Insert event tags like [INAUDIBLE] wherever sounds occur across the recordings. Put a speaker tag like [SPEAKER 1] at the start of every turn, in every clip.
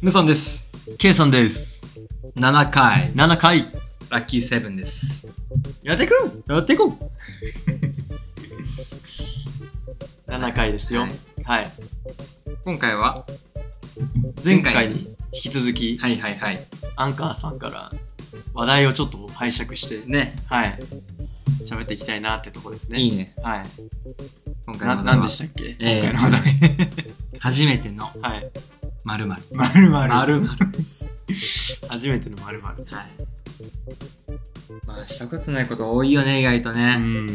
[SPEAKER 1] ムソンです。
[SPEAKER 2] K さんです。
[SPEAKER 1] 7回、
[SPEAKER 2] 7回、
[SPEAKER 1] ラッキーセブンです。
[SPEAKER 2] やってく
[SPEAKER 1] やっていこう
[SPEAKER 2] !7 回ですよ
[SPEAKER 1] はい。
[SPEAKER 2] はい。
[SPEAKER 1] 今回は前
[SPEAKER 2] 前
[SPEAKER 1] 回
[SPEAKER 2] 回に引き続き、
[SPEAKER 1] はいはいはい。
[SPEAKER 2] アンカーさんから話題をちょっと拝借して、
[SPEAKER 1] ね、
[SPEAKER 2] はい。喋っていきたいなってとこですね。
[SPEAKER 1] いいね。
[SPEAKER 2] はい。
[SPEAKER 1] 今回
[SPEAKER 2] な、
[SPEAKER 1] の
[SPEAKER 2] なんで
[SPEAKER 1] た
[SPEAKER 2] したっけ、
[SPEAKER 1] えー
[SPEAKER 2] 今回の話題。
[SPEAKER 1] 初めて [LAUGHS] の
[SPEAKER 2] はい。
[SPEAKER 1] 〇〇。
[SPEAKER 2] まるまる。
[SPEAKER 1] 〇〇です。
[SPEAKER 2] 初めてのまるまる。
[SPEAKER 1] はい。まあ、したことないこと多いよね、意外と
[SPEAKER 2] う
[SPEAKER 1] ね。
[SPEAKER 2] ん。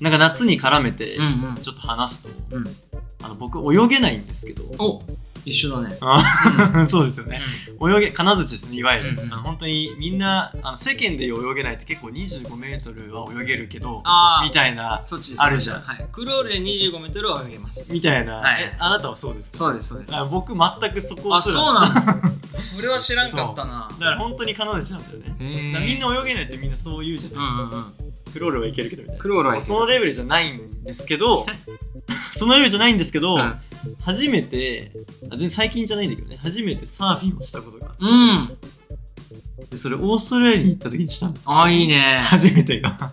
[SPEAKER 2] なんか夏に絡めて、
[SPEAKER 1] うんうん。
[SPEAKER 2] ちょっと話すと、
[SPEAKER 1] うん、
[SPEAKER 2] あの、僕、泳げないんですけど。
[SPEAKER 1] お一緒だね。
[SPEAKER 2] あそうですよね。泳げ金槌ですねいわゆる、
[SPEAKER 1] うんうん
[SPEAKER 2] あの本当にみんなあの世間でいう泳げないって結構25メートルは泳げるけど
[SPEAKER 1] あー
[SPEAKER 2] みたいな
[SPEAKER 1] そっちです。
[SPEAKER 2] あるじゃん
[SPEAKER 1] はい。クロールで25メートルを泳げます。
[SPEAKER 2] みたいな、
[SPEAKER 1] はい
[SPEAKER 2] えあなたはそうです
[SPEAKER 1] そうです、そうです。
[SPEAKER 2] あ僕全くそこ
[SPEAKER 1] あ、
[SPEAKER 2] すら
[SPEAKER 1] そうなん
[SPEAKER 2] だ
[SPEAKER 1] だ。
[SPEAKER 2] [LAUGHS]
[SPEAKER 1] それは知らんかったな。
[SPEAKER 2] から本当に金槌なんだよね
[SPEAKER 1] へー
[SPEAKER 2] だからみんな泳げないってみんなそう言うじ
[SPEAKER 1] う
[SPEAKER 2] ゃない、
[SPEAKER 1] んうんうん。
[SPEAKER 2] クロールはいけるけどみたいな
[SPEAKER 1] クロールはいける
[SPEAKER 2] そのレベルじゃないんです
[SPEAKER 1] [LAUGHS]
[SPEAKER 2] けどそのレベルじゃないんですけど、
[SPEAKER 1] うん
[SPEAKER 2] 初めてあ全然最近じゃないんだけどね初めてサーフィンをしたことがあっ
[SPEAKER 1] うん。
[SPEAKER 2] てそれオーストラリアに行った時にしたんですよ
[SPEAKER 1] あ、いい
[SPEAKER 2] [LAUGHS]
[SPEAKER 1] ね。
[SPEAKER 2] 初めてが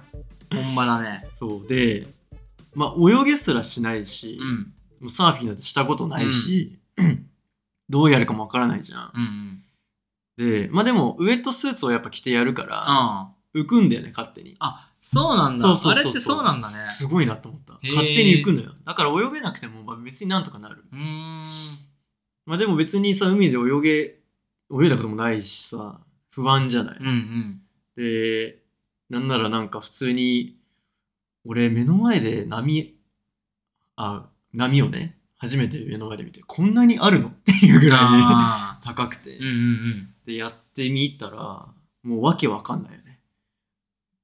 [SPEAKER 1] 本場だね。
[SPEAKER 2] そうで、まあ、泳げすらしないし、
[SPEAKER 1] うん。
[SPEAKER 2] もうサーフィンなんてしたことないし、 [CLEARS THROAT] どうやるかもわからないじゃん。
[SPEAKER 1] うんうん。
[SPEAKER 2] で、まあでも、ウエットスーツをやっぱ着てやるから、
[SPEAKER 1] あ
[SPEAKER 2] 浮くんだよね、勝手に。
[SPEAKER 1] あ、そうなんだ。
[SPEAKER 2] そうそうそうそう
[SPEAKER 1] あれってそうなんだね。
[SPEAKER 2] すごいなと思った。
[SPEAKER 1] へー
[SPEAKER 2] 勝手に浮くのよ。だから泳げなくても、まあ、別になんとかなる。
[SPEAKER 1] うーん。
[SPEAKER 2] まあでも別にさ、海で泳げ、泳いだこともないしさ、不安じゃない。
[SPEAKER 1] うんうん。
[SPEAKER 2] で、なんならなんか普通に、俺目の前で波、あ、波をね、初めて目の前で見て、こんなにあるのっていうぐらいね
[SPEAKER 1] あ
[SPEAKER 2] 高くて
[SPEAKER 1] ー。うんうん
[SPEAKER 2] で、やってみたら、もうわけわかんないよね。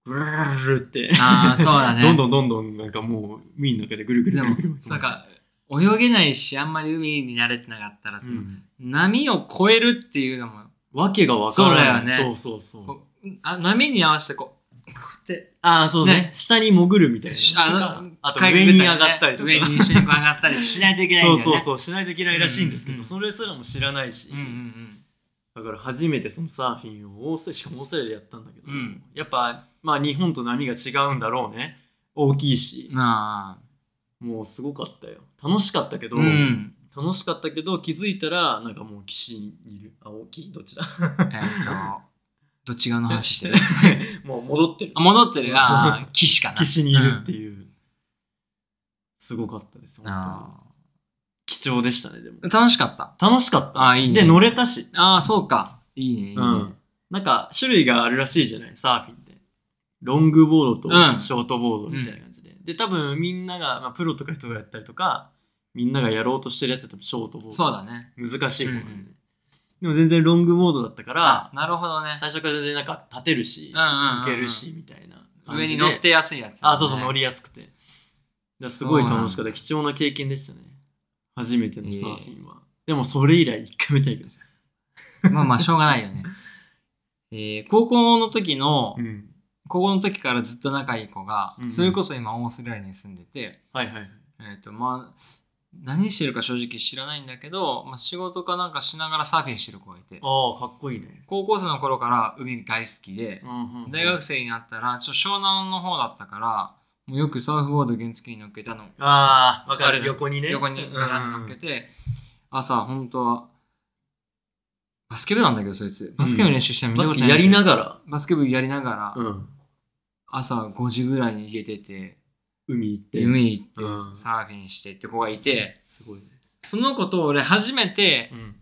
[SPEAKER 2] ぐるるるって
[SPEAKER 1] うん。。ああ、
[SPEAKER 2] [LAUGHS]
[SPEAKER 1] そうだね。
[SPEAKER 2] どんどんどんどんなんかもう海の中でぐるぐる
[SPEAKER 1] で
[SPEAKER 2] ぐ
[SPEAKER 1] も
[SPEAKER 2] るぐる。、
[SPEAKER 1] そうか、泳げないし、あんまり海に慣れてなかったら
[SPEAKER 2] う
[SPEAKER 1] さ、
[SPEAKER 2] ん。
[SPEAKER 1] 波を越えるっていうのも、
[SPEAKER 2] わけがわからな
[SPEAKER 1] そう
[SPEAKER 2] い。
[SPEAKER 1] だよ
[SPEAKER 2] そ
[SPEAKER 1] ね
[SPEAKER 2] うそうそう。
[SPEAKER 1] こうあ波に合わせてこう、こうやって、
[SPEAKER 2] ああ、そうね
[SPEAKER 1] ね
[SPEAKER 2] 下に潜るみたい
[SPEAKER 1] し
[SPEAKER 2] な。とかあと上に上がったりとか。
[SPEAKER 1] 上に一緒にこう上がったりしないといけないんだ
[SPEAKER 2] そ
[SPEAKER 1] よ
[SPEAKER 2] う
[SPEAKER 1] ね。
[SPEAKER 2] [LAUGHS] そうそうしないといけないらしいんですけど、
[SPEAKER 1] うんうんうん
[SPEAKER 2] それすらも知らないし、
[SPEAKER 1] うんうん
[SPEAKER 2] だから初めてそのサーフィンをオースしかもオーストラリアでやったんだけ
[SPEAKER 1] う
[SPEAKER 2] ど、
[SPEAKER 1] ん
[SPEAKER 2] やっぱまあ日本と波が違うんだろうね大きいし
[SPEAKER 1] うん。、なあ。
[SPEAKER 2] もうすごかったよ楽しかったけど、
[SPEAKER 1] うん。
[SPEAKER 2] 楽しかったけど気づいたらなんかもう岸にいるあ大きいどっちだ [LAUGHS]
[SPEAKER 1] えーっと、どっち側の話してる
[SPEAKER 2] もう戻ってる
[SPEAKER 1] あ戻ってる。ああ、岸かな。
[SPEAKER 2] 岸にいるっていう、すごかったです
[SPEAKER 1] うん
[SPEAKER 2] 本
[SPEAKER 1] あ
[SPEAKER 2] 当に貴重でしたねでも
[SPEAKER 1] あ楽しかった。
[SPEAKER 2] 楽しかった
[SPEAKER 1] あーいいね
[SPEAKER 2] で乗れたし
[SPEAKER 1] ああ、そうか。いいね、いいね。
[SPEAKER 2] うん。なんか、種類があるらしいじゃない、サーフィンって。ロングボードと
[SPEAKER 1] うん
[SPEAKER 2] ショートボードみたいな感じで。で、多分みんなが、まあ、プロとか人がやったりとか、みんながやろうとしてるやつってショートボード。
[SPEAKER 1] そうだね。
[SPEAKER 2] 難しい方なんで、
[SPEAKER 1] うんうん
[SPEAKER 2] でも全然ロングボードだったから、
[SPEAKER 1] なるほどね。
[SPEAKER 2] 最初から全然なんか立てるし、
[SPEAKER 1] うんうん。
[SPEAKER 2] 抜ける。し、みたいな感じ
[SPEAKER 1] 上
[SPEAKER 2] で
[SPEAKER 1] に乗って。やすいやつ、
[SPEAKER 2] あ、そうそう、乗
[SPEAKER 1] り。
[SPEAKER 2] りやすくて。だからすごい楽しかった。貴重な経験でしたね。初めてのサーフィンは。でもそれ以来一回見たいけど。
[SPEAKER 1] まあまあ、しょうがないよね。えー、高校の時の、
[SPEAKER 2] うん。
[SPEAKER 1] 高校の時からずっと仲いい子が、
[SPEAKER 2] うんうん
[SPEAKER 1] それこそ今オーストラリアに住んでて、
[SPEAKER 2] はいはいはい。
[SPEAKER 1] えっ、と、まあ、何してるか正直知らないんだけど、まあ、仕事かなんかしながらサーフィンしてる子がいて、
[SPEAKER 2] ああ、かっこいいね。
[SPEAKER 1] 高校生の頃から海大好きで、
[SPEAKER 2] うんうん
[SPEAKER 1] 大学生になったら、ちょ湘南の方だったから、もうよくサーフボード原付に乗っけたの、
[SPEAKER 2] ああ、わか
[SPEAKER 1] ある
[SPEAKER 2] る。
[SPEAKER 1] ね
[SPEAKER 2] 横にね。
[SPEAKER 1] 横にガチャンと乗っけ
[SPEAKER 2] て。
[SPEAKER 1] て、朝、本当は、バスケ部なんだけど、そいつ。バスケ部練習してるの見
[SPEAKER 2] バ
[SPEAKER 1] た
[SPEAKER 2] ス
[SPEAKER 1] こと
[SPEAKER 2] ケ
[SPEAKER 1] ない、
[SPEAKER 2] やりなが
[SPEAKER 1] バスケ部やりなが
[SPEAKER 2] ら、
[SPEAKER 1] ら、
[SPEAKER 2] うん、
[SPEAKER 1] 朝5時ぐらいに家出て、
[SPEAKER 2] 海行って。
[SPEAKER 1] 海行って
[SPEAKER 2] うん
[SPEAKER 1] サーフィンしてって子がいて、
[SPEAKER 2] すごいね。
[SPEAKER 1] その子と俺初めて
[SPEAKER 2] うん。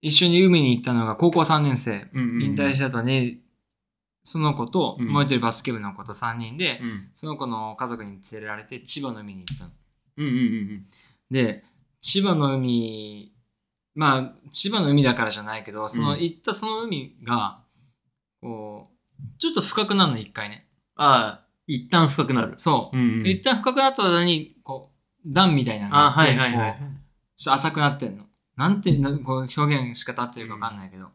[SPEAKER 1] 一緒に海に行ったのが高校3年生。
[SPEAKER 2] うん。
[SPEAKER 1] 引退したた後に、その子と、
[SPEAKER 2] うん
[SPEAKER 1] もう一人バスケ部の子と3人で
[SPEAKER 2] う、ん。
[SPEAKER 1] その子の家族に連れられて千葉の海に行ったの。
[SPEAKER 2] うんうんうん
[SPEAKER 1] で、千葉の海、まあ、千葉の海だからじゃないけど、その
[SPEAKER 2] うん
[SPEAKER 1] 行ったその海が、こう、ちょっと深くなるの、一回ね。
[SPEAKER 2] ああ、一旦深くなる。
[SPEAKER 1] そう。
[SPEAKER 2] ん
[SPEAKER 1] 一旦深くなった間に、こう、段みたいなの
[SPEAKER 2] ああ、
[SPEAKER 1] があっ
[SPEAKER 2] は
[SPEAKER 1] て
[SPEAKER 2] いはいは
[SPEAKER 1] こう
[SPEAKER 2] い。
[SPEAKER 1] ちょっと浅くなってんの。なんて、なこう表現し方合ってるかわかんないけど、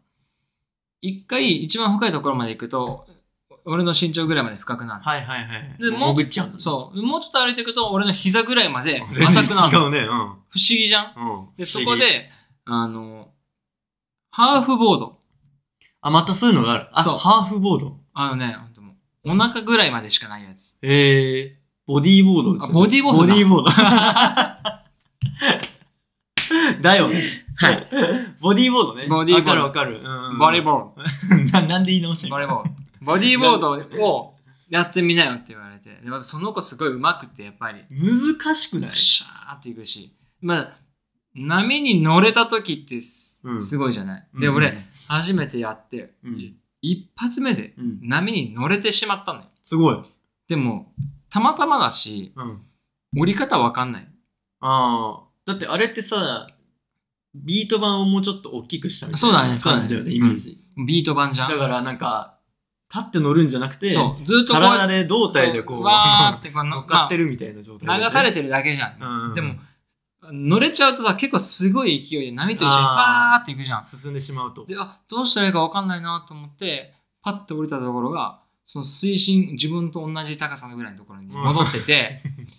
[SPEAKER 1] 一回、一番深いところまで行くと、俺の身長ぐらいまで深くなる。
[SPEAKER 2] はいはいはい。
[SPEAKER 1] でもう
[SPEAKER 2] 潜っちゃうの。
[SPEAKER 1] そう。もうちょっと歩いていくと、俺の膝ぐらいまで
[SPEAKER 2] 全然
[SPEAKER 1] 浅くなる。
[SPEAKER 2] 違うね。うん。
[SPEAKER 1] 不思議じゃん
[SPEAKER 2] うん。
[SPEAKER 1] で、そこ、で、あの、ハーフボード。
[SPEAKER 2] あ、またそういうのがある。あ、
[SPEAKER 1] そう
[SPEAKER 2] ハーフボード。
[SPEAKER 1] あのね、ほんともうお腹ぐらいまでしかないやつ。
[SPEAKER 2] えー、ボディーボード。
[SPEAKER 1] あボディーボードだ
[SPEAKER 2] ボディーボード。 [LAUGHS] だよね。
[SPEAKER 1] はい。
[SPEAKER 2] ボディーボードね。
[SPEAKER 1] ボディーボード
[SPEAKER 2] わかるわかる。うんうん
[SPEAKER 1] バレーボー
[SPEAKER 2] [LAUGHS] ななんで言い直し
[SPEAKER 1] ド。
[SPEAKER 2] た
[SPEAKER 1] バレー
[SPEAKER 2] の
[SPEAKER 1] ボード。ボディーボ
[SPEAKER 2] [LAUGHS]
[SPEAKER 1] ードをやってみなよって言われて。でまたその子すごい上手くて、やっぱり。
[SPEAKER 2] 難しくない
[SPEAKER 1] プシャーっていくし。まあ、波に乗れた時ってす,、
[SPEAKER 2] うん
[SPEAKER 1] ごいじゃない。で、
[SPEAKER 2] うん
[SPEAKER 1] 俺、初めてやって、
[SPEAKER 2] うん
[SPEAKER 1] 一発目で
[SPEAKER 2] うん
[SPEAKER 1] 波に乗れてしまったのよ。
[SPEAKER 2] すごい。
[SPEAKER 1] でも、たまたまだし、
[SPEAKER 2] うん。
[SPEAKER 1] 折り方わかんない。
[SPEAKER 2] ああ。だってあれってさ、ビート板をもうちょっと大きくしたみたい
[SPEAKER 1] そうだね
[SPEAKER 2] な
[SPEAKER 1] そうだ
[SPEAKER 2] 感
[SPEAKER 1] ね
[SPEAKER 2] じだよね、イメージ。
[SPEAKER 1] ビート版じゃん。
[SPEAKER 2] だからなんか、立って乗るんじゃなくて、
[SPEAKER 1] そう、ずっとこうや
[SPEAKER 2] 体
[SPEAKER 1] って、
[SPEAKER 2] で胴体で
[SPEAKER 1] そ
[SPEAKER 2] こ
[SPEAKER 1] う
[SPEAKER 2] う、
[SPEAKER 1] わーってこう、
[SPEAKER 2] [LAUGHS] 乗
[SPEAKER 1] の
[SPEAKER 2] っか
[SPEAKER 1] ま
[SPEAKER 2] ってるみたいな状態だ
[SPEAKER 1] あ
[SPEAKER 2] よね、
[SPEAKER 1] 流されてるだけじゃん。
[SPEAKER 2] うん
[SPEAKER 1] でも、乗れちゃうとさ、結構すごい勢いで波と一緒に
[SPEAKER 2] あー
[SPEAKER 1] バーっていくじゃん。
[SPEAKER 2] 進んでしまうと。
[SPEAKER 1] で、あ、どうしたらいいかわかんないなと思って、パッと降りたところが、その水深、自分と同じ高さのぐらいのところに戻ってて、
[SPEAKER 2] [LAUGHS]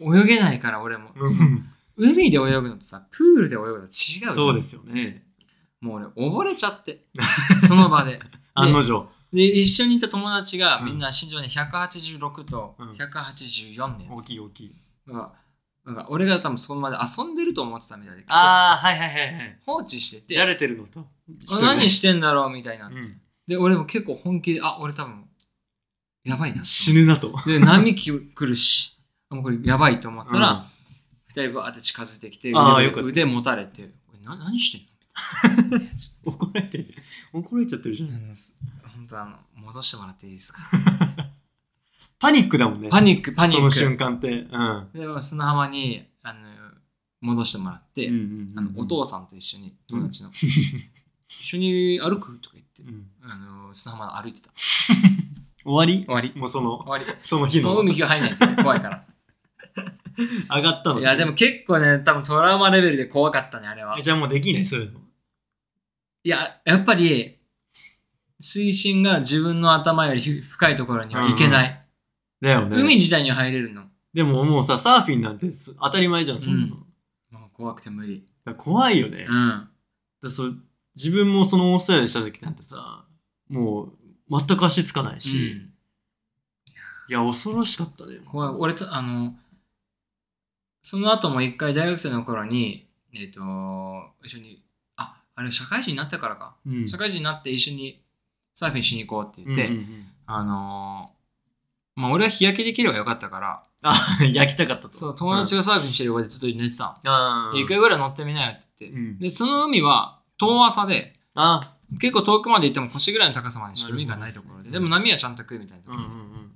[SPEAKER 1] 泳げないから俺も。
[SPEAKER 2] うん
[SPEAKER 1] 海で泳ぐのとさ、プールで泳ぐのと違うじゃん。
[SPEAKER 2] そうですよね。
[SPEAKER 1] もう俺、溺れちゃって、その場で。
[SPEAKER 2] 案の定。
[SPEAKER 1] で、一緒にいた友達が、
[SPEAKER 2] うん
[SPEAKER 1] みんな身長ね、186と
[SPEAKER 2] うん
[SPEAKER 1] 184のや
[SPEAKER 2] 大
[SPEAKER 1] つ。
[SPEAKER 2] きい大きい。
[SPEAKER 1] なんか、なんか俺が多分そこまで遊んでると思ってたみたいで、
[SPEAKER 2] ああ、はいはいはいはい。
[SPEAKER 1] 放置して
[SPEAKER 2] じゃ
[SPEAKER 1] て、
[SPEAKER 2] れてるのと。
[SPEAKER 1] あ何してんだろうみたいな。
[SPEAKER 2] うん
[SPEAKER 1] で、俺も結構本気で、あ、俺多分、やばいな。
[SPEAKER 2] 死ぬなと。
[SPEAKER 1] で、波来るし、もうこれやばいと思った
[SPEAKER 2] うん
[SPEAKER 1] ら、二、人バーって近づいてきて、
[SPEAKER 2] あー
[SPEAKER 1] 腕
[SPEAKER 2] よかった
[SPEAKER 1] 腕持たれて、おいな何してんの
[SPEAKER 2] 怒られてる。怒られちゃってるじゃん。
[SPEAKER 1] あのす本当あの、戻してもらっていいですか
[SPEAKER 2] パニックだもんね。
[SPEAKER 1] パニック、パニ
[SPEAKER 2] その
[SPEAKER 1] ッ
[SPEAKER 2] 瞬間って。うん。
[SPEAKER 1] ク。で、もう砂浜に、あの、戻してもらって、あのお父さんと一緒に友達の、一緒に歩くとか言って、
[SPEAKER 2] うん
[SPEAKER 1] あの砂浜歩いてた
[SPEAKER 2] 終わり
[SPEAKER 1] 終わり
[SPEAKER 2] もうその、
[SPEAKER 1] 終
[SPEAKER 2] [LAUGHS]
[SPEAKER 1] わり
[SPEAKER 2] その日
[SPEAKER 1] も
[SPEAKER 2] の
[SPEAKER 1] う
[SPEAKER 2] 上
[SPEAKER 1] 海が入んないと怖いから
[SPEAKER 2] がったの。
[SPEAKER 1] いやでも結構ね多分トラウマレベルで怖かったねあれは
[SPEAKER 2] え。じゃあもうできない、そういうの。
[SPEAKER 1] いややっぱり水深が自分の頭よりひ深いところには行けない、
[SPEAKER 2] だよね。
[SPEAKER 1] 海自体には入れるの
[SPEAKER 2] でももうさ、サーフィンなんてす当たり前じゃん、そんなの。
[SPEAKER 1] うもう怖くて無理
[SPEAKER 2] だから怖いよね。
[SPEAKER 1] うん
[SPEAKER 2] だそう自分もそのオーストラリアでした時なんてさもう全く足つかないし、いや恐ろしかったね
[SPEAKER 1] うん、怖い俺とあのその後も一回大学生の頃にえっ、と一緒にああれ社会人になったからか
[SPEAKER 2] うん、
[SPEAKER 1] 社会人になって一緒にサーフィンしに行こうって言
[SPEAKER 2] うん
[SPEAKER 1] って、
[SPEAKER 2] うんうん
[SPEAKER 1] あのーまあ俺は日焼けできればよかったから、
[SPEAKER 2] あ [LAUGHS] 焼きたかったと
[SPEAKER 1] そう、友達
[SPEAKER 2] が、
[SPEAKER 1] がサーフィンしてる横でずっと寝てた
[SPEAKER 2] うん、あ
[SPEAKER 1] の。
[SPEAKER 2] ー
[SPEAKER 1] で一回ぐらい乗ってみなよって言って。
[SPEAKER 2] うん
[SPEAKER 1] で、その海は遠浅で、
[SPEAKER 2] あ
[SPEAKER 1] 結構遠くまで行っても腰ぐらいの高さまでしか海がないところで、
[SPEAKER 2] なるほどですね
[SPEAKER 1] でも波はちゃんと来るみたいなと
[SPEAKER 2] うん
[SPEAKER 1] こ
[SPEAKER 2] うん
[SPEAKER 1] ろ、
[SPEAKER 2] うん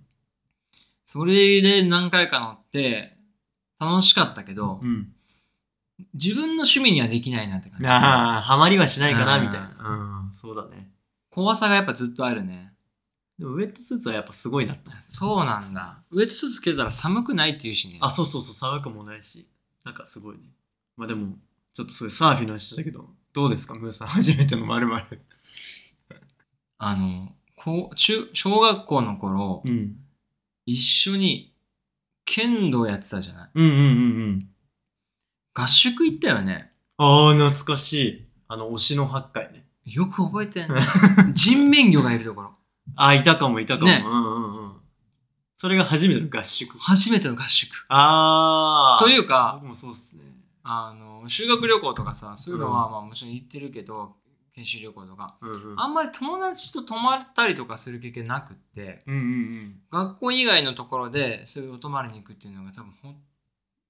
[SPEAKER 1] それで何回か乗って、楽しかったけど、
[SPEAKER 2] うん、
[SPEAKER 1] 自分の趣味にはできないなって感じ。
[SPEAKER 2] ああハマりはしないかな
[SPEAKER 1] うん
[SPEAKER 2] みたいな、うん、そうだね
[SPEAKER 1] 怖さがやっぱずっとあるね。
[SPEAKER 2] でもウェットスーツはやっぱすごいなと
[SPEAKER 1] そうなんだ。ウェットスーツ着てたら寒くないっていうしね。
[SPEAKER 2] あそうそうそう寒くもないしなんかすごいねまあでもちょっとそういうサーフィンの話だけどどうですかムーさん初めてのまるまる
[SPEAKER 1] あの、こう中小学校の頃、
[SPEAKER 2] うん
[SPEAKER 1] 一緒に剣道やってたじゃない
[SPEAKER 2] うんうんうんうん
[SPEAKER 1] 合宿行ったよね。
[SPEAKER 2] ああ、懐かしい。あの、推しの8回ね。
[SPEAKER 1] よく覚えてん
[SPEAKER 2] [LAUGHS]
[SPEAKER 1] ね。人面魚がいるところ。
[SPEAKER 2] ああ、いたかも、いたかも。
[SPEAKER 1] ね
[SPEAKER 2] うんうんうん。それが初めての合宿。
[SPEAKER 1] 初めての合宿。
[SPEAKER 2] ああ。
[SPEAKER 1] というか、
[SPEAKER 2] 僕もそうっすね。
[SPEAKER 1] あの、修学旅行とかさ、そういうのはまあもちろん行ってるけど、研修旅行とか。
[SPEAKER 2] うんうん。
[SPEAKER 1] あんまり友達と泊まったりとかする経験なくって、
[SPEAKER 2] うんうん
[SPEAKER 1] 学校以外のところでそういうお泊まりに行くっていうのが多分ほん、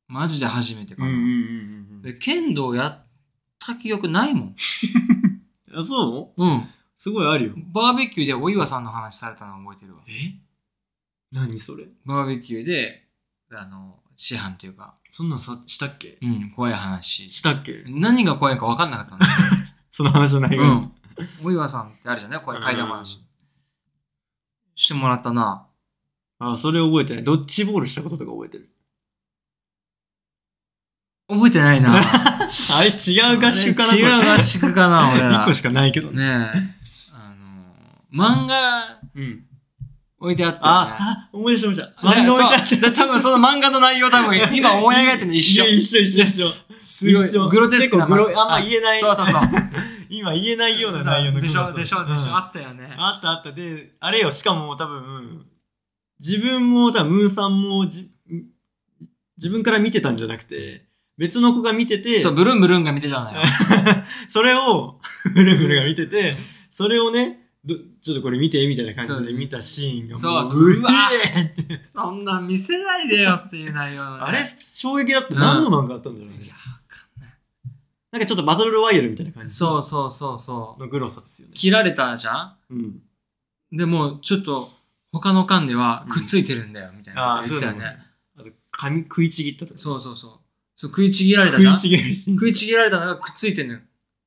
[SPEAKER 1] マジで初めて
[SPEAKER 2] う
[SPEAKER 1] か
[SPEAKER 2] ん。うん
[SPEAKER 1] な。
[SPEAKER 2] うんうんうん
[SPEAKER 1] で、剣道やった記憶ないもん。
[SPEAKER 2] うん。あ、そう
[SPEAKER 1] うん。
[SPEAKER 2] すごいあるよ。
[SPEAKER 1] バーベキューでお岩さんの話されたの覚えてるわ。
[SPEAKER 2] え何それ
[SPEAKER 1] バーベキューで、あの、師範というか、
[SPEAKER 2] そんなんさ、したっけ
[SPEAKER 1] うん、怖い話。
[SPEAKER 2] したっけ
[SPEAKER 1] 何が怖いか分かんなかったんだ
[SPEAKER 2] その話の内
[SPEAKER 1] け
[SPEAKER 2] 容。
[SPEAKER 1] ど、うん。お岩さんってあるじゃない怖い怪談
[SPEAKER 2] う
[SPEAKER 1] 話。してもらったな。
[SPEAKER 2] ああ、それ覚えてない。ドッジボールしたこととか覚えてる。
[SPEAKER 1] 覚えてないな。
[SPEAKER 2] あれ、違 [LAUGHS] う合宿かな
[SPEAKER 1] 違う合宿か
[SPEAKER 2] [LAUGHS]
[SPEAKER 1] な、俺ら。
[SPEAKER 2] 1個しかないけどね。
[SPEAKER 1] ねえ。あの、漫画
[SPEAKER 2] うん。
[SPEAKER 1] 置いてあったよね。
[SPEAKER 2] あ、あ、思い出した思い出した。
[SPEAKER 1] ね
[SPEAKER 2] 漫画置いてあっ
[SPEAKER 1] そうだ多分その漫画の内容多
[SPEAKER 2] [LAUGHS]
[SPEAKER 1] 分今思い上がってるの一緒
[SPEAKER 2] いや。一緒一緒一緒。
[SPEAKER 1] すご
[SPEAKER 2] 一緒
[SPEAKER 1] い。グロテスクな
[SPEAKER 2] 結構グ
[SPEAKER 1] 漫
[SPEAKER 2] ロあん
[SPEAKER 1] 画。
[SPEAKER 2] ま言えない、
[SPEAKER 1] そうそうそう。
[SPEAKER 2] 今言えないような [LAUGHS] 内容の
[SPEAKER 1] でしょでしょでしょ。
[SPEAKER 2] あ
[SPEAKER 1] あったよね。
[SPEAKER 2] あったあった。で、あれよ、しかも多分、自分も多分、ムーさんもじ、自分から見てたんじゃなくて、別の子が見てて、
[SPEAKER 1] そう、ブルンブルンが見てた
[SPEAKER 2] [LAUGHS]
[SPEAKER 1] のよ。
[SPEAKER 2] それを、ブルブルが見てて、それをね、どちょっとこれ見てみたいな感じで見たシーンがも
[SPEAKER 1] そうそう
[SPEAKER 2] う
[SPEAKER 1] う
[SPEAKER 2] う
[SPEAKER 1] わ
[SPEAKER 2] えって
[SPEAKER 1] そんなん見せないでよっていう内容のね
[SPEAKER 2] あれ衝撃だった。
[SPEAKER 1] うん
[SPEAKER 2] 何の漫画だったんだろうね
[SPEAKER 1] い。や、わかんない。
[SPEAKER 2] なんかちょっとバトルロワイヤルみたいな感じ
[SPEAKER 1] そうそうそうそう。
[SPEAKER 2] のグロさですよね。
[SPEAKER 1] 切られたじゃ
[SPEAKER 2] うん。
[SPEAKER 1] んでも、ちょっと、他の巻ではくっついてるんだよ、みたいな
[SPEAKER 2] あ。あ、
[SPEAKER 1] 言
[SPEAKER 2] そ
[SPEAKER 1] っ
[SPEAKER 2] う
[SPEAKER 1] てた
[SPEAKER 2] だ
[SPEAKER 1] よ
[SPEAKER 2] ね
[SPEAKER 1] ね。。
[SPEAKER 2] あと、髪食いちぎったとか。
[SPEAKER 1] そうそうそう。そう、食いちぎられた
[SPEAKER 2] 食
[SPEAKER 1] じゃん
[SPEAKER 2] いちぎるシーン
[SPEAKER 1] 食いちぎられたのがくっついてんのよ。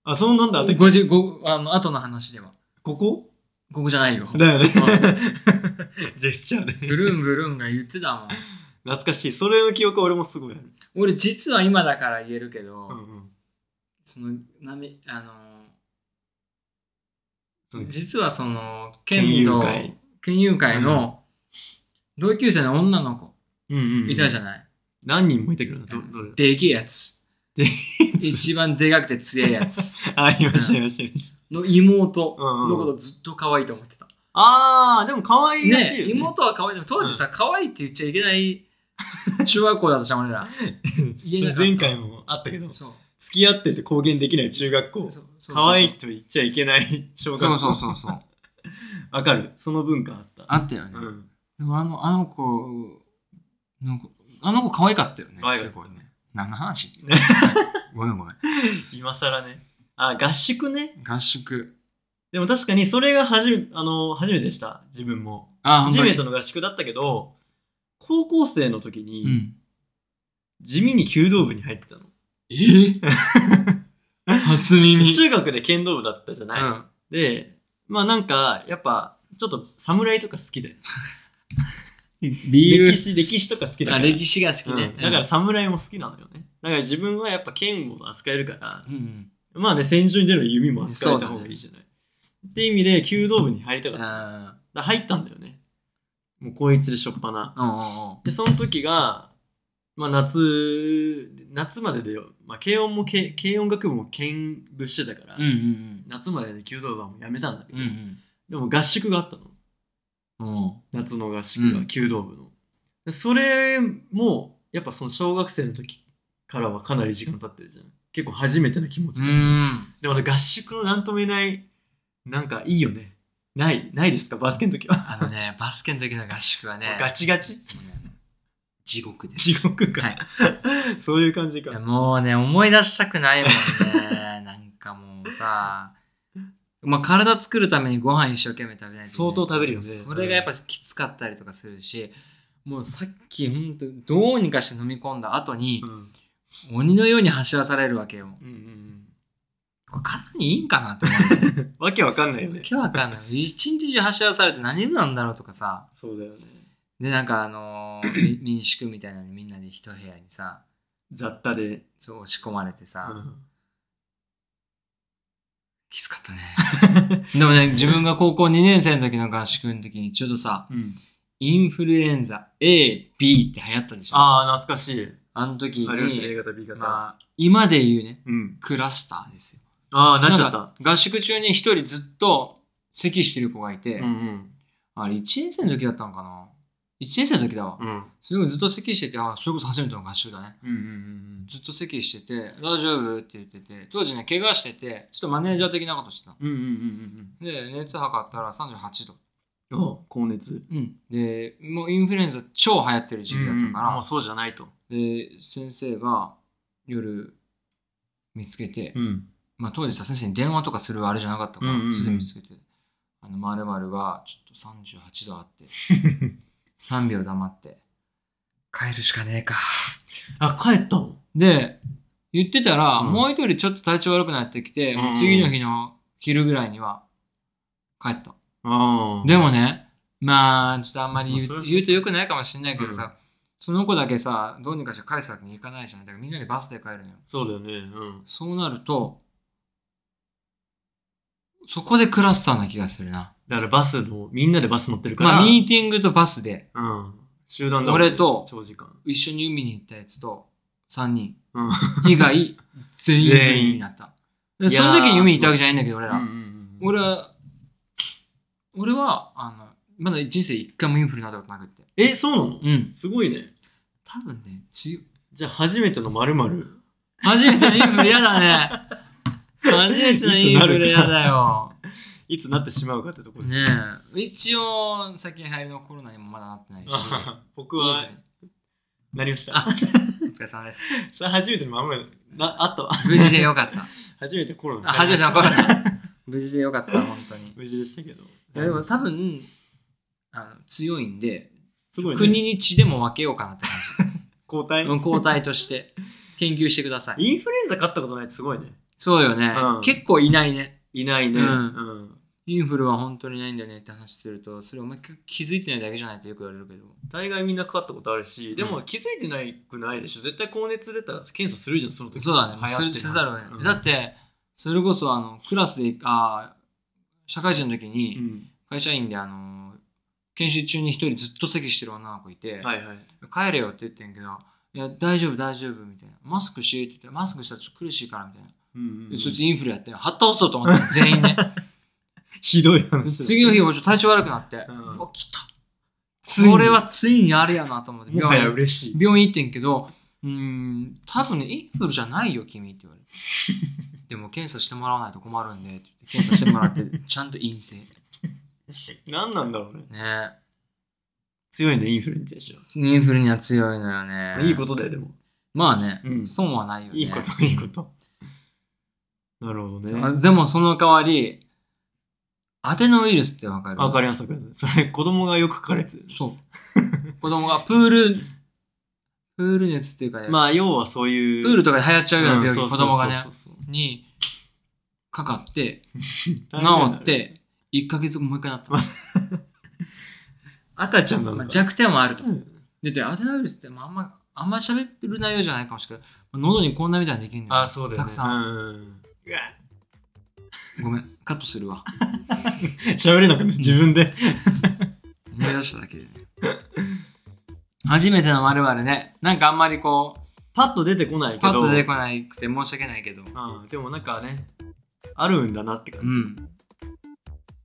[SPEAKER 2] あ、そうなんだ。あと
[SPEAKER 1] ごじごあの、後の話では。
[SPEAKER 2] ここ
[SPEAKER 1] ここじゃ [LAUGHS] ないよ。
[SPEAKER 2] だよね
[SPEAKER 1] う。
[SPEAKER 2] ジェスチャーで。
[SPEAKER 1] ブルンブルンが言ってたもん。
[SPEAKER 2] 懐かしい。それの記憶は俺もすごいある。
[SPEAKER 1] 俺、実は今だから言えるけど、
[SPEAKER 2] うんうん。
[SPEAKER 1] その、なめ、あの
[SPEAKER 2] その
[SPEAKER 1] 実はその、
[SPEAKER 2] 県
[SPEAKER 1] 剣
[SPEAKER 2] 友
[SPEAKER 1] 道、
[SPEAKER 2] 会。
[SPEAKER 1] 県友会の同級生の女の子
[SPEAKER 2] うんうんうん。
[SPEAKER 1] いたじゃ
[SPEAKER 2] ん。
[SPEAKER 1] ない。
[SPEAKER 2] 何人もいたけどな。ど、どれ
[SPEAKER 1] でけえやつ。
[SPEAKER 2] で
[SPEAKER 1] 一番でかくて強えやつ
[SPEAKER 2] あ、いました、いました、いました。
[SPEAKER 1] の妹
[SPEAKER 2] うんうん
[SPEAKER 1] のことずっと可愛いと思ってた。
[SPEAKER 2] あー、でも可愛いらしい
[SPEAKER 1] ね
[SPEAKER 2] よね。
[SPEAKER 1] 妹は可愛いでも当時さ、可愛いって言っちゃいけない中学校だったじゃん、
[SPEAKER 2] [LAUGHS]
[SPEAKER 1] 俺ら。言えなかった
[SPEAKER 2] それ前回もあったけど、付
[SPEAKER 1] そう。
[SPEAKER 2] き合ってて公言できない中学校。
[SPEAKER 1] そうそう
[SPEAKER 2] 可愛いと言っちゃいけない小
[SPEAKER 1] そう
[SPEAKER 2] 学
[SPEAKER 1] そ
[SPEAKER 2] 校。
[SPEAKER 1] うそうそうそう。
[SPEAKER 2] わかる。その文化あった。
[SPEAKER 1] あったよね。
[SPEAKER 2] うん。
[SPEAKER 1] でもあの、あの子、なんかあの子可愛かったよね。
[SPEAKER 2] 可愛かった
[SPEAKER 1] すごいね。何の話
[SPEAKER 2] [LAUGHS]
[SPEAKER 1] ごめんごめん。
[SPEAKER 2] 今更ね。あ、合宿ね。
[SPEAKER 1] 合宿。
[SPEAKER 2] でも確かにそれが初め、あの、初めてでした。自分も。
[SPEAKER 1] あ、本
[SPEAKER 2] 初
[SPEAKER 1] 当
[SPEAKER 2] め
[SPEAKER 1] に
[SPEAKER 2] て。の合宿だったけど、高校生の時
[SPEAKER 1] う
[SPEAKER 2] に、
[SPEAKER 1] ん。
[SPEAKER 2] 地味に弓道部に入ってたの。 [LAUGHS]
[SPEAKER 1] えー初耳。
[SPEAKER 2] 中学で剣道部だったじゃない、
[SPEAKER 1] うん
[SPEAKER 2] で、まあなんか、やっぱ、ちょっと侍とか好きで。
[SPEAKER 1] 理
[SPEAKER 2] 歴史、歴史とか好きだか
[SPEAKER 1] あ、
[SPEAKER 2] ら。
[SPEAKER 1] 歴史が好きね
[SPEAKER 2] うん。だから、侍も好きなのよね。だから自分はやっぱ剣を扱えるから
[SPEAKER 1] う、ん。
[SPEAKER 2] まあね、戦場に出る弓も扱えた方がいいじゃない。って意味で、弓道部に入りたか
[SPEAKER 1] う
[SPEAKER 2] っ
[SPEAKER 1] ん。
[SPEAKER 2] た。だか
[SPEAKER 1] あ
[SPEAKER 2] ら入ったんだよね。もう高一でしょっぱな。
[SPEAKER 1] ーおうおうおう
[SPEAKER 2] で、その時が、まあ夏、夏まででよ。まあ軽音も軽、軽音楽部も剣部してたから、
[SPEAKER 1] うんうん
[SPEAKER 2] 夏までで弓道部はもうやめたんだけ
[SPEAKER 1] うん。
[SPEAKER 2] ど、
[SPEAKER 1] うん
[SPEAKER 2] でも合宿があったの。
[SPEAKER 1] うん。おう
[SPEAKER 2] 夏の合宿
[SPEAKER 1] う
[SPEAKER 2] が
[SPEAKER 1] ん
[SPEAKER 2] 弓道部の、でそれもやっぱその小学生の時からはかなり時間経ってるじゃん結構初めての気持ち
[SPEAKER 1] う
[SPEAKER 2] で、
[SPEAKER 1] ん。
[SPEAKER 2] でもね合宿のなんとも言えないなんかいいよねないないですかバスケの時は、
[SPEAKER 1] あのね、バスケの時の合宿はね、
[SPEAKER 2] ガチガチ
[SPEAKER 1] もうね地獄です。
[SPEAKER 2] 地獄か、
[SPEAKER 1] は
[SPEAKER 2] [LAUGHS] そういう感じ
[SPEAKER 1] いや
[SPEAKER 2] か
[SPEAKER 1] もうね、思い出したくないもんね。
[SPEAKER 2] [LAUGHS]
[SPEAKER 1] なんかもうさ、まあ、体作るためにご飯一生懸命食べないといけない
[SPEAKER 2] 相当食べるよね
[SPEAKER 1] それがやっぱきつかったりとかするし、もうさっき本当どうにかして飲み込んだ後に
[SPEAKER 2] う、ん
[SPEAKER 1] 鬼のように走らされるわけよ。
[SPEAKER 2] うんうん
[SPEAKER 1] これ体にいいんかなって思う。
[SPEAKER 2] うんわけわかんないよね
[SPEAKER 1] 今 [LAUGHS] 日わかんない。一日中走らされて何部なんだろうとかさ。
[SPEAKER 2] そうだよね
[SPEAKER 1] で、なんかあのー [LAUGHS] み民宿みたいなのにみんなで一部屋にさ、
[SPEAKER 2] 雑多で、
[SPEAKER 1] そう押し込まれてさ、
[SPEAKER 2] う
[SPEAKER 1] きつかったね。 [LAUGHS] でもね、自分が高校2年生の時の合宿の時にちょうどさ、
[SPEAKER 2] んうん、
[SPEAKER 1] インフルエンザ A、B って流行ったでしょ。あ
[SPEAKER 2] ああ懐かしい
[SPEAKER 1] の時
[SPEAKER 2] ありました A
[SPEAKER 1] に、
[SPEAKER 2] 型 B 型、
[SPEAKER 1] まあ、今で言うね、
[SPEAKER 2] うん、
[SPEAKER 1] クラスターですよ。
[SPEAKER 2] ああなっちゃった
[SPEAKER 1] んか合宿中に一人ずっと咳してる子がいて、
[SPEAKER 2] うんうん
[SPEAKER 1] あれ1年生の時だったのかな ?1 年生の時だわ。
[SPEAKER 2] うん
[SPEAKER 1] それをずっと咳してて、あ、それこそ初めての合宿だね。
[SPEAKER 2] うんうんうん
[SPEAKER 1] ずっと咳してて、大丈夫って言ってて、当時ね、怪我してて、ちょっとマネージャー的なことしてたの。
[SPEAKER 2] うんうんうんうん
[SPEAKER 1] で、熱測ったら38度。
[SPEAKER 2] うんお高熱
[SPEAKER 1] うん、でもうインフルエンザ超流行ってる時期だったか
[SPEAKER 2] も
[SPEAKER 1] ら
[SPEAKER 2] う、そうじゃないと
[SPEAKER 1] で先生が夜見つけて、
[SPEAKER 2] ん
[SPEAKER 1] まあ、当時さ先生に電話とかするあれじゃなかったから、
[SPEAKER 2] うんうんうん
[SPEAKER 1] 先生見つけて「あの〇〇がちょっと38度あって
[SPEAKER 2] [LAUGHS]
[SPEAKER 1] 3秒黙って帰るしかねえか」
[SPEAKER 2] あ帰ったの
[SPEAKER 1] で言ってたら、
[SPEAKER 2] うん
[SPEAKER 1] もう一人ちょっと体調悪くなってきて、
[SPEAKER 2] うんうん
[SPEAKER 1] 次の日の昼ぐらいには帰った。
[SPEAKER 2] あ
[SPEAKER 1] でもね、まあ、ちょっとあんまり言
[SPEAKER 2] まあそれ
[SPEAKER 1] う,、
[SPEAKER 2] はそう
[SPEAKER 1] 言うとよくないかもしれないけどさ、その子だけさ、どうにかして返すわけにいかないじゃない。だからみんなでバスで帰るのよ。
[SPEAKER 2] そうだよねうん
[SPEAKER 1] そうなると、そこでクラスターな気がするな。
[SPEAKER 2] だからバスも、みんなでバス乗ってるから、
[SPEAKER 1] まあ、ミーティングとバスで、
[SPEAKER 2] うん。集団だもん
[SPEAKER 1] 俺と
[SPEAKER 2] 長時間。
[SPEAKER 1] 一緒に海に行ったやつと、3人
[SPEAKER 2] うん。
[SPEAKER 1] 以外、全員
[SPEAKER 2] [LAUGHS] 全員
[SPEAKER 1] 海になった。でその時に海に行ったわけじゃないんだけど、俺ら。
[SPEAKER 2] うんうんうん
[SPEAKER 1] 俺は、俺は、あの、まだ人生一回もインフルになったことなくって。
[SPEAKER 2] え、そうなの
[SPEAKER 1] うん。
[SPEAKER 2] すごいね。
[SPEAKER 1] 多分ね、強い
[SPEAKER 2] じゃあ、初めてのまるまる
[SPEAKER 1] 初めてのインフル嫌だ [LAUGHS] ね。初めてのインフル嫌だよ。
[SPEAKER 2] いつなってしまうかってところです。
[SPEAKER 1] ねえ。一応、最近流行りのコロナにもまだなって [LAUGHS] ないし。
[SPEAKER 2] [LAUGHS] 僕は、なりました
[SPEAKER 1] あ。
[SPEAKER 2] [LAUGHS]
[SPEAKER 1] お疲れ様です。
[SPEAKER 2] さあ、初めてのまるまるな、あったわ。
[SPEAKER 1] 無事でよかった。
[SPEAKER 2] 初めてコロナ。
[SPEAKER 1] あ初めてのコロナ。 [LAUGHS] 無事でよかった、本当に。い
[SPEAKER 2] 無事でしたけど。い
[SPEAKER 1] や、でも多分、あの強いんで、
[SPEAKER 2] すごいね。
[SPEAKER 1] 国に血でも分けようかなって感
[SPEAKER 2] 交
[SPEAKER 1] [LAUGHS]
[SPEAKER 2] 代
[SPEAKER 1] じ。うん抗体として研究してください。
[SPEAKER 2] インフルエンザ買ったことないってすごいね。
[SPEAKER 1] そうよね、
[SPEAKER 2] うん
[SPEAKER 1] 結構いないね。
[SPEAKER 2] いないね。
[SPEAKER 1] うん
[SPEAKER 2] うん
[SPEAKER 1] インフルは本当にないんだよねって話すると、それお前気づいてないだけじゃないってよく言われるけど。
[SPEAKER 2] 大概みんなかかったことあるし、で
[SPEAKER 1] う
[SPEAKER 2] も
[SPEAKER 1] ん
[SPEAKER 2] 気づいてないくないでしょ。絶対高熱出たら検査するじゃん、その時。
[SPEAKER 1] そうだね。もう
[SPEAKER 2] 流行
[SPEAKER 1] そ
[SPEAKER 2] って
[SPEAKER 1] れ
[SPEAKER 2] る
[SPEAKER 1] せざるを得ない。
[SPEAKER 2] うん
[SPEAKER 1] だって、それこそあのクラスで、あー社会人の時に、
[SPEAKER 2] うん。
[SPEAKER 1] 会社員であの研修中に一人ずっと咳してる女の子いて、
[SPEAKER 2] はいはい。
[SPEAKER 1] 帰れよって言ってんけど、いや、大丈夫、大丈夫、みたいな。マスクしって言って、マスクしたらちょっと苦しいから、みたいな。
[SPEAKER 2] うんうんう
[SPEAKER 1] で
[SPEAKER 2] ん
[SPEAKER 1] そいつインフルやって、はったおそうと思
[SPEAKER 2] [LAUGHS]
[SPEAKER 1] って、全員ね。
[SPEAKER 2] ひどい話。
[SPEAKER 1] 次の日、俺ちょっと体調悪くなって、
[SPEAKER 2] うん
[SPEAKER 1] お来た。
[SPEAKER 2] ついに
[SPEAKER 1] これはついにあれやなと思って、
[SPEAKER 2] もは
[SPEAKER 1] 病
[SPEAKER 2] や
[SPEAKER 1] 院
[SPEAKER 2] 嬉しい。
[SPEAKER 1] 病院行ってんけど、うーん、多分ね、インフルじゃないよ、君って言われ
[SPEAKER 2] [LAUGHS]
[SPEAKER 1] て。でも検査してもらわないと困るんで、って言って検査してもら
[SPEAKER 2] [LAUGHS]
[SPEAKER 1] って、ちゃんと陰性。ね
[SPEAKER 2] 何なんだろうね。
[SPEAKER 1] え。
[SPEAKER 2] 強いね、インフルエンザでしょ。
[SPEAKER 1] インフルには強いのよね。
[SPEAKER 2] いいことだよ、でも。
[SPEAKER 1] まあね、
[SPEAKER 2] うん
[SPEAKER 1] 損はないよね。
[SPEAKER 2] いいこと、いいこと。なるほど
[SPEAKER 1] あ
[SPEAKER 2] ね。
[SPEAKER 1] でもその代わり、アテノウイルスってわかる
[SPEAKER 2] わかります、わかります。それ、子供がよくかかるやつ。
[SPEAKER 1] そう。子供がプール、プール熱っていうかね、
[SPEAKER 2] まあ、要はそういう。
[SPEAKER 1] プールとかで流行っちゃうような
[SPEAKER 2] うん
[SPEAKER 1] 病気、
[SPEAKER 2] そうそ
[SPEAKER 1] 子
[SPEAKER 2] うそう
[SPEAKER 1] 供がね
[SPEAKER 2] そ、うそう
[SPEAKER 1] にかかって、治
[SPEAKER 2] 大変だ
[SPEAKER 1] っ。て、1ヶ月後もう一回なった。
[SPEAKER 2] ま赤ちゃんなん
[SPEAKER 1] まあ、。
[SPEAKER 2] だ
[SPEAKER 1] 弱点はあると
[SPEAKER 2] う。ん
[SPEAKER 1] で、でアテノウイルスって、まあ、あんま、あんま喋ってる内容じゃないかもしれないけど、喉にこんなみたいにできんのよ。
[SPEAKER 2] あ、そうだよね。
[SPEAKER 1] たくさ
[SPEAKER 2] ん。うんうわ
[SPEAKER 1] ごめん、カットするわ。
[SPEAKER 2] 喋れなくなる自分で。
[SPEAKER 1] 思い出しただけでね。 [LAUGHS] 初めてのまるね、なんかあんまりこう、
[SPEAKER 2] パッと出てこないけ
[SPEAKER 1] パ
[SPEAKER 2] ど。
[SPEAKER 1] ッと出てこなくて申し訳ないけど。
[SPEAKER 2] うん、でもなんかね、あるんだなって感
[SPEAKER 1] う
[SPEAKER 2] じ。
[SPEAKER 1] ん。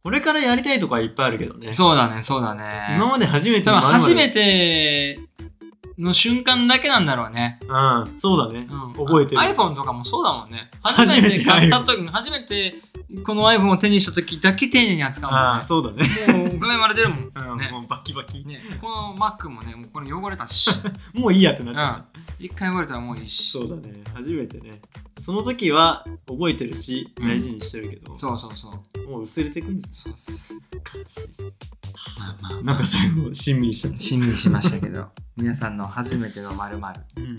[SPEAKER 2] これからやりたいとこはいっぱいあるけどね。
[SPEAKER 1] そうだね、そうだね
[SPEAKER 2] 今。まで初めて
[SPEAKER 1] 多分初め
[SPEAKER 2] て。
[SPEAKER 1] ての瞬間だけなんだろうね。
[SPEAKER 2] うん、そうだね。
[SPEAKER 1] うん、
[SPEAKER 2] 覚えてる。
[SPEAKER 1] あ iPhone とかもそうだもんね。初
[SPEAKER 2] 初
[SPEAKER 1] め
[SPEAKER 2] めて
[SPEAKER 1] て買った時に、初めてこの iPhone を手にした時だけ丁寧に扱う
[SPEAKER 2] ああ、
[SPEAKER 1] も
[SPEAKER 2] そうだね。
[SPEAKER 1] んね。もう画面割れてるもん。
[SPEAKER 2] うん、
[SPEAKER 1] ね
[SPEAKER 2] もうバキバキ。
[SPEAKER 1] ね、この Mac もね、もうこれ汚れたし、 [LAUGHS]
[SPEAKER 2] もういいやってなっちゃった。
[SPEAKER 1] 一回汚れたらもういいし。
[SPEAKER 2] そうだね。初めてね。その時は覚えてるし、
[SPEAKER 1] うん
[SPEAKER 2] 大事にしてるけど、
[SPEAKER 1] そうそうそう。
[SPEAKER 2] もう薄れていくんです。
[SPEAKER 1] そうっす。まあまあまあ
[SPEAKER 2] なんか最後、しんみりしたね。
[SPEAKER 1] しんみりしましたけど皆さんの初めてのまる
[SPEAKER 2] うん、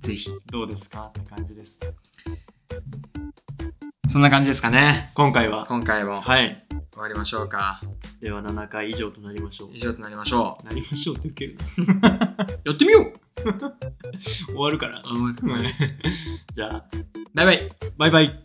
[SPEAKER 1] ぜひ
[SPEAKER 2] どうですかって感じです。
[SPEAKER 1] そんな感じですかね
[SPEAKER 2] 今回は。
[SPEAKER 1] 今回も
[SPEAKER 2] はい。
[SPEAKER 1] 終わりましょうか
[SPEAKER 2] では7回以上となりましょ
[SPEAKER 1] 以
[SPEAKER 2] う。
[SPEAKER 1] 上となりましょ
[SPEAKER 2] なりましょうって受けるな。
[SPEAKER 1] うやってみよう
[SPEAKER 2] 終わるから。
[SPEAKER 1] あごめんごめん
[SPEAKER 2] [LAUGHS] じゃあ、
[SPEAKER 1] バイバイ
[SPEAKER 2] バイバイ。